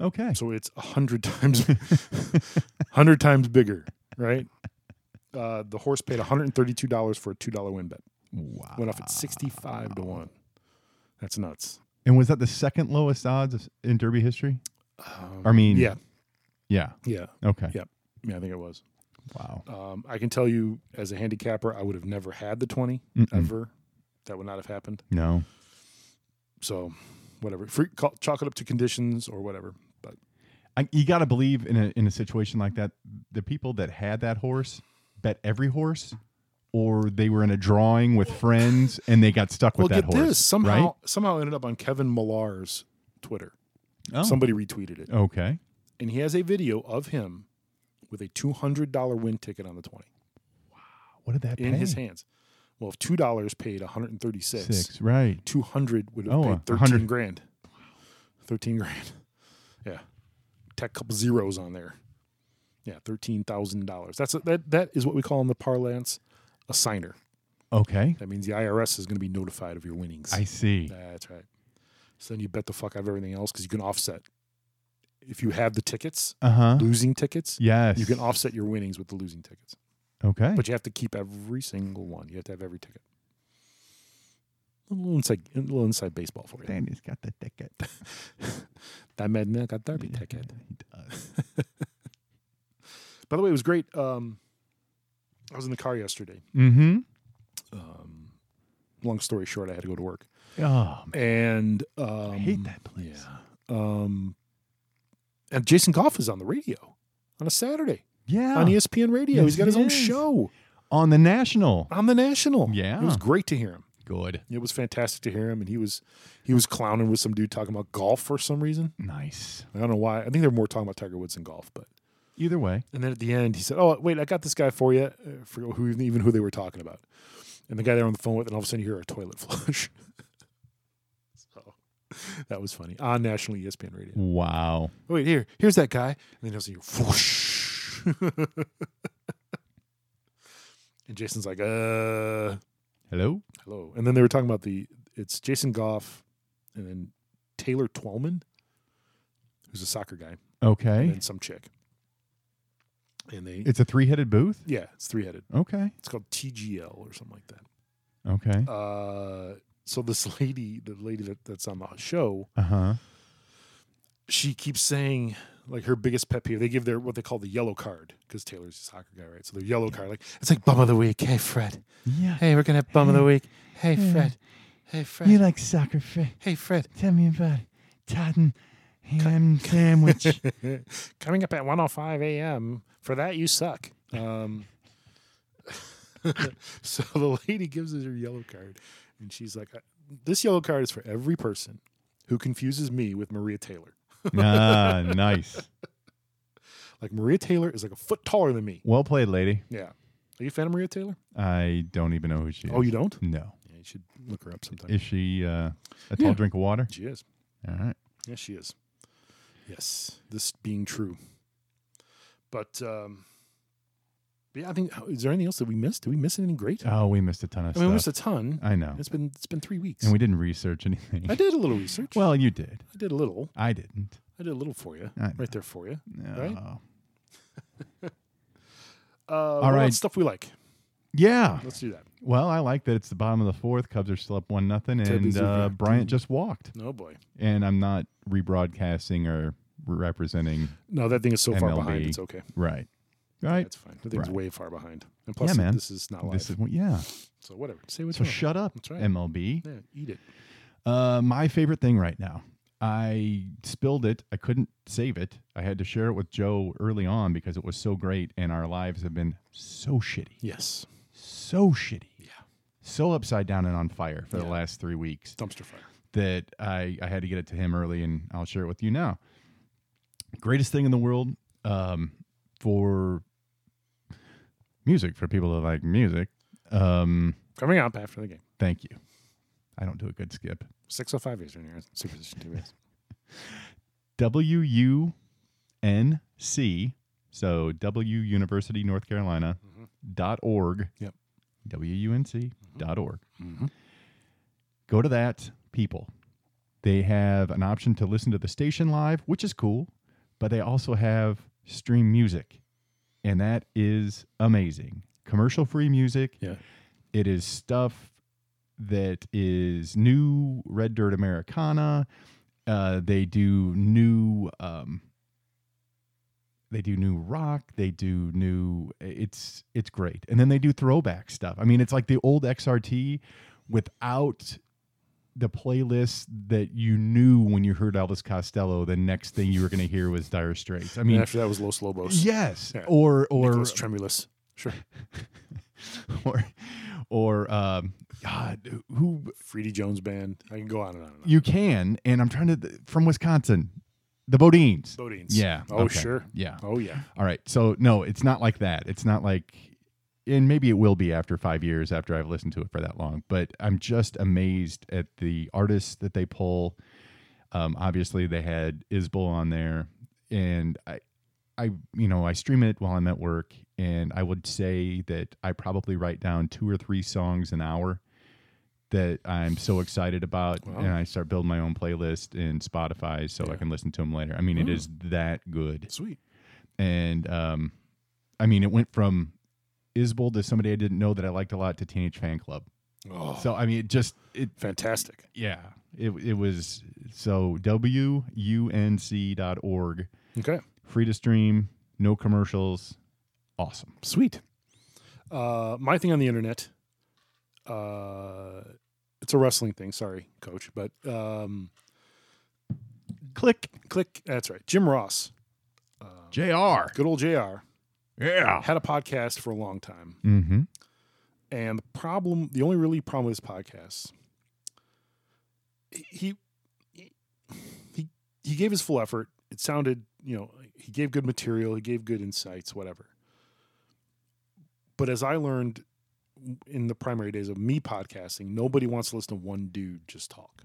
Okay. So it's a hundred times, hundred times bigger, right? Uh, the horse paid one hundred and thirty-two dollars for a two-dollar win bet. Wow. Went off at sixty-five to one. That's nuts. And was that the second lowest odds of- in Derby history? I mean, Um, Yeah, Yeah. yeah, Okay. yeah, yeah. I think it was. Wow. Um, I can tell you, as a handicapper, I would have never had the 20 Mm-mm. ever. That would not have happened. No. So, whatever. Free, call, chalk it up to conditions or whatever. But I, you got to believe in a in a situation like that, the people that had that horse bet every horse, or they were in a drawing with friends and they got stuck well, with that get horse. this. Somehow, right? somehow ended up on Kevin Millar's Twitter. Oh, Somebody retweeted it. okay. and he has a video of him with a two hundred dollar win ticket on the twenty What did that in pay? his hands. Well, if two dollars paid one hundred and thirty six, Six. Right. two hundred would have Oh, paid a thirteen hundred. grand. Thirteen grand, yeah. Tack a couple zeros on there, yeah. Thirteen thousand dollars. That's a, that. That is what we call in the parlance a signer. Okay. That means the IRS is going to be notified of your winnings. I see. That's right. So then you bet the fuck out of everything else because you can offset. If you have the tickets, Uh huh. losing tickets, Yes. Mm. You can offset your winnings with the losing tickets, Okay. but you have to keep every single one. You have to have every ticket. A little inside, a little inside baseball for you. Danny's got the ticket. That man there got derby ticket. He does. By the way, it was great. Um, I was in the car yesterday. mm-hmm. Um, long story short, I had to go to work, Oh, man, and um, I hate that place. Yeah. Um, and Jason Goff is on the radio on a Saturday Yeah. on E ESPN Radio. Yes, He's got his he own is. show On the national. on the national. Yeah. it was great to hear him. Good. It was fantastic to hear him, and he was he was clowning with some dude talking about golf for some reason. Nice. I don't know why. I think they're more talking about Tiger Woods than golf, but Either way. and then at the end he said, "Oh wait, I got this guy for you." I forgot who even, even who they were talking about, and the guy they're on the phone with, and all of a sudden you hear a toilet flush. so that was funny on national E ESPN radio. Hmm. Wow. Oh, wait, here, here's that guy, and then you'll see whoosh. and Jason's like, "Uh." Hello. Hello. And then they were talking about the it's Jason Goff and then Taylor Twelman, who's a soccer guy, and Okay. then some chick. And they It's a three-headed booth. yeah, it's three headed. Okay. It's called TGL or something like that. Okay. Uh, so this lady, the lady that, that's on the show, Uh huh. she keeps saying like her biggest pet peeve. They give their what they call the yellow card because Taylor's a soccer guy, right? So the yellow card, like it's like bum of the week. Hey Fred, Yeah. hey we're gonna have bum of the week. Hey Yeah. Fred, hey Fred, like soccer, Fred? hey Fred. Tell me about it. Totten ham sandwich. coming up at 105 a.m. For that, you suck. Um, so the lady gives us her yellow card, and she's like, "Uh, "This yellow card is for every person who confuses me with Maria Taylor. ah, nice. Like Maria Taylor is like a foot taller than me. Well played, lady. Yeah, are you a fan of Maria Taylor? I don't even know who she is. Oh, you don't? No. Yeah, You should look her up sometime. Is she uh, a tall Yeah. drink of water? She is. All right. Yes, she is. Yes, this being true. But um, yeah, I think is there anything else that we missed? Did we miss anything great? Oh, we missed a ton of I mean, we missed a stuff. ton. I know. It's been it's been three weeks. Oh. and we didn't research anything. I did a little research. Well, you did. I did a little. I didn't. I did a little for you, I Mm. know. right there for you. Right. No. Uh, All right. right. Stuff we like. Yeah. Let's do that. Well, I like that it's the bottom of the fourth. Cubs are still up one nothing, and Cubbies are uh, reacting. Bryant just walked. No Oh, boy. And I'm not rebroadcasting or representing. No, that thing is so far behind. MLB. It's okay. Right. Right. That's fine. That thing's Right. way far behind. And plus, yeah, man. this is not live. This is yeah. so whatever. Say what's So wrong. shut up, That's right. MLB. Yeah, eat it. Uh, my favorite thing right now. I spilled it. I couldn't save it. I had to share it with Joe early on because it was so great, and our lives have been so shitty, Yes. so shitty, Yeah. so upside down and on fire for the Yeah. last three weeks Dumpster fire. that I, I had to get it to him early, and I'll share it with you now. Greatest thing in the world um, for music, for people that like music. Um, Coming up after the game. thank you. I don't do a good skip. 605 is your nearest superstition two is. W U N C, so W University North Carolina dot org. Yep. W U N C dot org. Go to that, people. They have an option to listen to the station live, which is cool, but they also have stream music, and that is amazing. Commercial free music. Yeah. It is stuff that is new Red Dirt Americana. Uh, they do new. Um, they do new rock. They do new. It's it's great, and then they do throwback stuff. I mean, it's like the old XRT without the playlist that you knew when you heard Elvis Costello. The next thing you were going to hear was Dire Straits. I And mean, after that was Los Lobos. yes, Yeah. or or Nicholas Tremulous. Sure. or or um, God, who Freddie Jones Band. I can go on and on and on. You can, and I'm trying to from Wisconsin, the Bodines. Bodines. Yeah. Oh, okay. sure. Yeah. Oh, yeah. All right. So no, it's not like that. It's not like, and maybe it will be after five years after I've listened to it for that long. But I'm just amazed at the artists that they pull. Um, obviously, they had Isbel on there, and I, I you know I stream it while I'm at work, and I would say that I probably write down two or three songs an hour that I'm so excited about, Wow. and I start building my own playlist in Spotify so I Yeah. can listen to them later. I mean, it Mm. is that good Sweet. and um, I mean, it went from Isbel to somebody I didn't know that I liked a lot to Teenage Fan Club. Oh, So I mean, it just it fantastic. yeah, it it was so w u n c dot org Okay. free to stream, no commercials, awesome. Sweet. Uh, my thing on the internet, uh, it's a wrestling thing. Sorry, coach. But um, Click click. That's right. Jim Ross, Jr. good old JR, Yeah. had a podcast for a long time. Mm-hmm. And the problem, the only really problem with his podcast, he he he gave his full effort. It sounded, you know, he gave good material, he gave good insights, whatever. But as I learned in the primary days of me podcasting, nobody wants to listen to one dude just talk.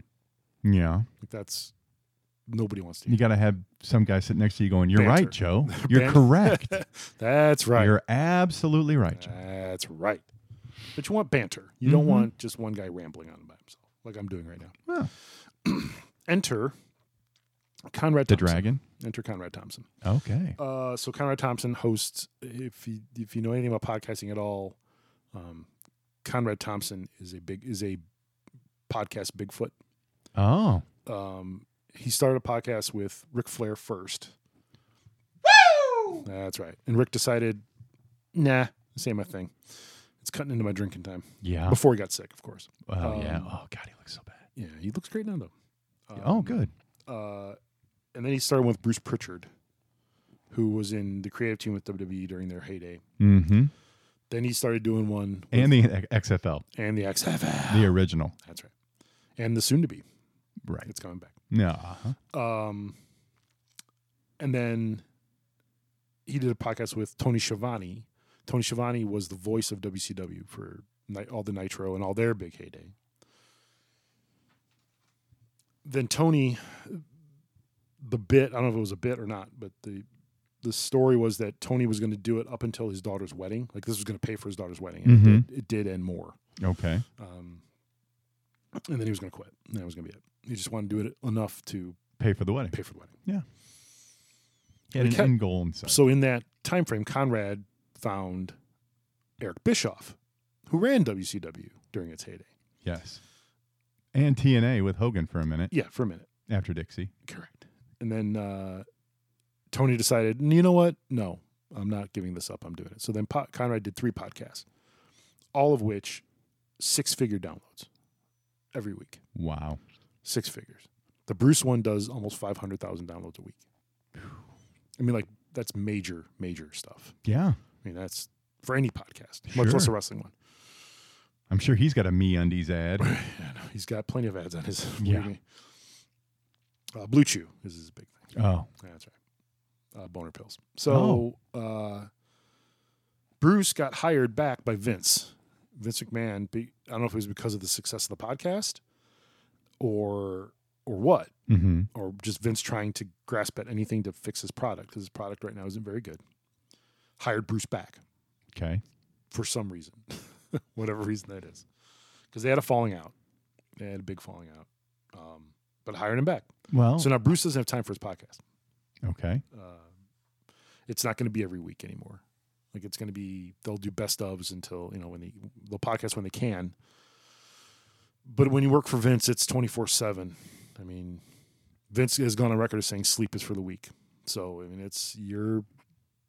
Yeah. Like that's nobody wants to. You Hear. got to have some guy sitting next to you going, "You're Banter. right, Joe. You're Ban- correct. That's right. You're absolutely right, Joe." That's right. Mm-hmm. But you want banter. You don't Mhm. want just one guy rambling on by himself, like I'm doing right now. Yeah. Enter Conrad The Thompson. dragon. Enter Conrad Thompson. Okay. Uh, so Conrad Thompson hosts. If you if you know anything about podcasting at all, um, Conrad Thompson is a big is a podcast Bigfoot. Uh, Oh. Um, he started a podcast with Ric Flair first. Woo! That's right. And Rick decided, nah, this ain't my thing. It's cutting into my drinking time. Yeah. Before he got sick, of course. Oh yeah. Um, Oh god, he looks so bad. Yeah, he looks great now though. oh Um, good. Uh, and then he started with Bruce Pritchard, who was in the creative team with WWE during their heyday. Mm-hmm. Then he started doing one with- And the XFL, and the XFL. the original. That's right. And the soon to be. Right. It's coming back. No. uh-huh. Um, and then he did a podcast with Tony Schiavone. Tony Schiavone was the voice of WCW for ni- all the Nitro and all their big heyday. then Tony, the bit, I don't know if it was a bit or not, but the the story was that Tony was going to do it up until his daughter's wedding. Like this was going to pay for his daughter's wedding. And Mhm. it, did, it did and more. Okay. Um, and then he was going to quit. And that was going to be it. He just wanted to do it enough to Pay for the wedding. pay for the wedding. Yeah. We He had an kept- end goal in sight. So in that time frame, Conrad found Eric Bischoff, who ran WCW during its heyday. Yes. And TNA with Hogan for a minute Yeah, for a minute. after Dixie. Correct. And then uh, Tony decided, you know what? No, I'm not giving this up. I'm doing it. So then po- Conrad did three podcasts, all of which six figure downloads every week. Wow. Six figures. The Bruce one does almost 500,000 downloads a week. I mean, like, that's major, major stuff. Yeah. I mean, that's for any podcast, much less a Sure. wrestling one. I'm sure he's got a me undies ad. Yeah, no, he's got plenty of ads on his. Yeah. believe me. Uh, Blue Chew is his big thing. oh. Yeah, That's right. Uh, boner pills. So uh, Bruce got hired back by Vince. Vince McMahon. Be, I don't know if it was because of the success of the podcast, or or what, Mm-hmm. or just Vince trying to grasp at anything to fix his product because his product right now isn't very good. Hired Bruce back Okay. for some reason, whatever reason that is, because they had a falling out. They had a big falling out, um, but hired him back. Well. So now Bruce doesn't have time for his podcast. okay. it's not going to be every week anymore. Like it's going to be they'll do best ofs until you know when they they'll podcast when they can. But when you work for Vince, it's twenty four seven. I mean, Vince has gone on record as saying sleep is for the weak. So I mean, it's you're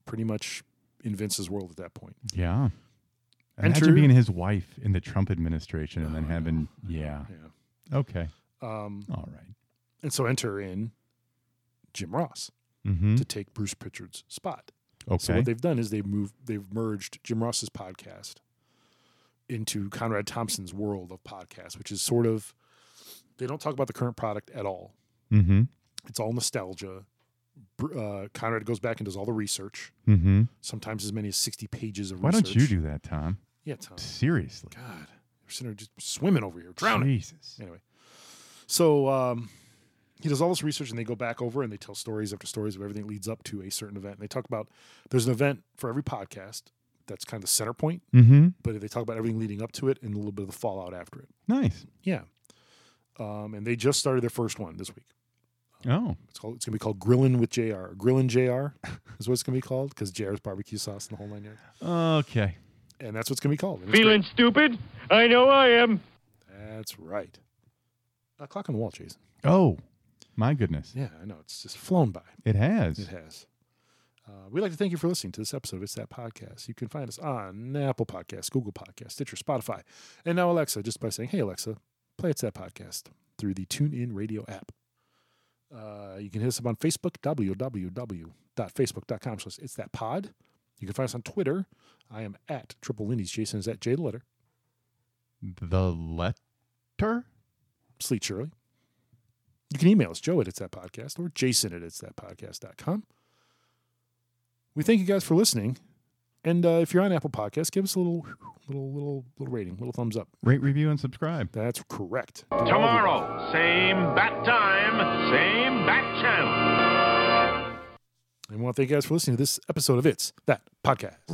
pretty much in Vince's world at that point. Yeah. And Imagine true. Ah, being his wife in the Trump administration and then having, yeah. Yeah. Okay. Um, All right. and so enter in Jim Ross Mm-hmm. to take Bruce Pritchard's spot. Okay. So what they've done is they've moved they've merged Jim Ross's podcast into Conrad Thompson's world of podcasts, which is sort of they don't talk about the current product at all. mm-hmm. It's all nostalgia. Br- Uh, Conrad goes back and does all the research, Mm-hmm. sometimes as many as sixty pages of Why research. don't you do that, Tom? Yeah, Tom. Seriously. God, we're sitting here just swimming over here, drowning. Jesus. Anyway, so um, he does all this research, and they go back over and they tell stories after stories of everything that leads up to a certain event. And they talk about there's an event for every podcast that's kind of the center point, Mm-hmm. but they talk about everything leading up to it and a little bit of the fallout after it. Nice. Yeah, um, and they just started their first one this week. Oh. It's called. It's gonna be called Grillin' with Jr. Grillin' Jr. is what it's gonna be called because Jr.'s barbecue sauce and the whole nine yards. Okay. And that's what it's gonna be called. And it's Feeling stupid? I know I am. great. That's right. A clock on the wall, Jason. Oh. My goodness. Yeah, I know. It's just flown by. It has. It has. Uh, we'd like to thank you for listening to this episode of It's That Podcast. You can find us on Apple Podcasts, Google Podcasts, Stitcher, Spotify, and now Alexa just by saying, hey, Alexa, play It's That Podcast through the TuneIn Radio app. Uh, you can hit us up on Facebook, www.facebook.com slash It's That Pod. You can find us on Twitter. I am at Triple Lindy's. Jason is at J the letter. The letter? Sleet Shirley. You can email us, Joe at It's That Podcast or Jason at It's That Podcast.com. We thank you guys for listening. And uh, if you're on Apple Podcasts, give us a little, little, little, little rating, little thumbs up. Rate, review, and subscribe. That's correct. Tomorrow, same bat time, same bat channel. And we want to thank you guys for listening to this episode of It's That Podcast.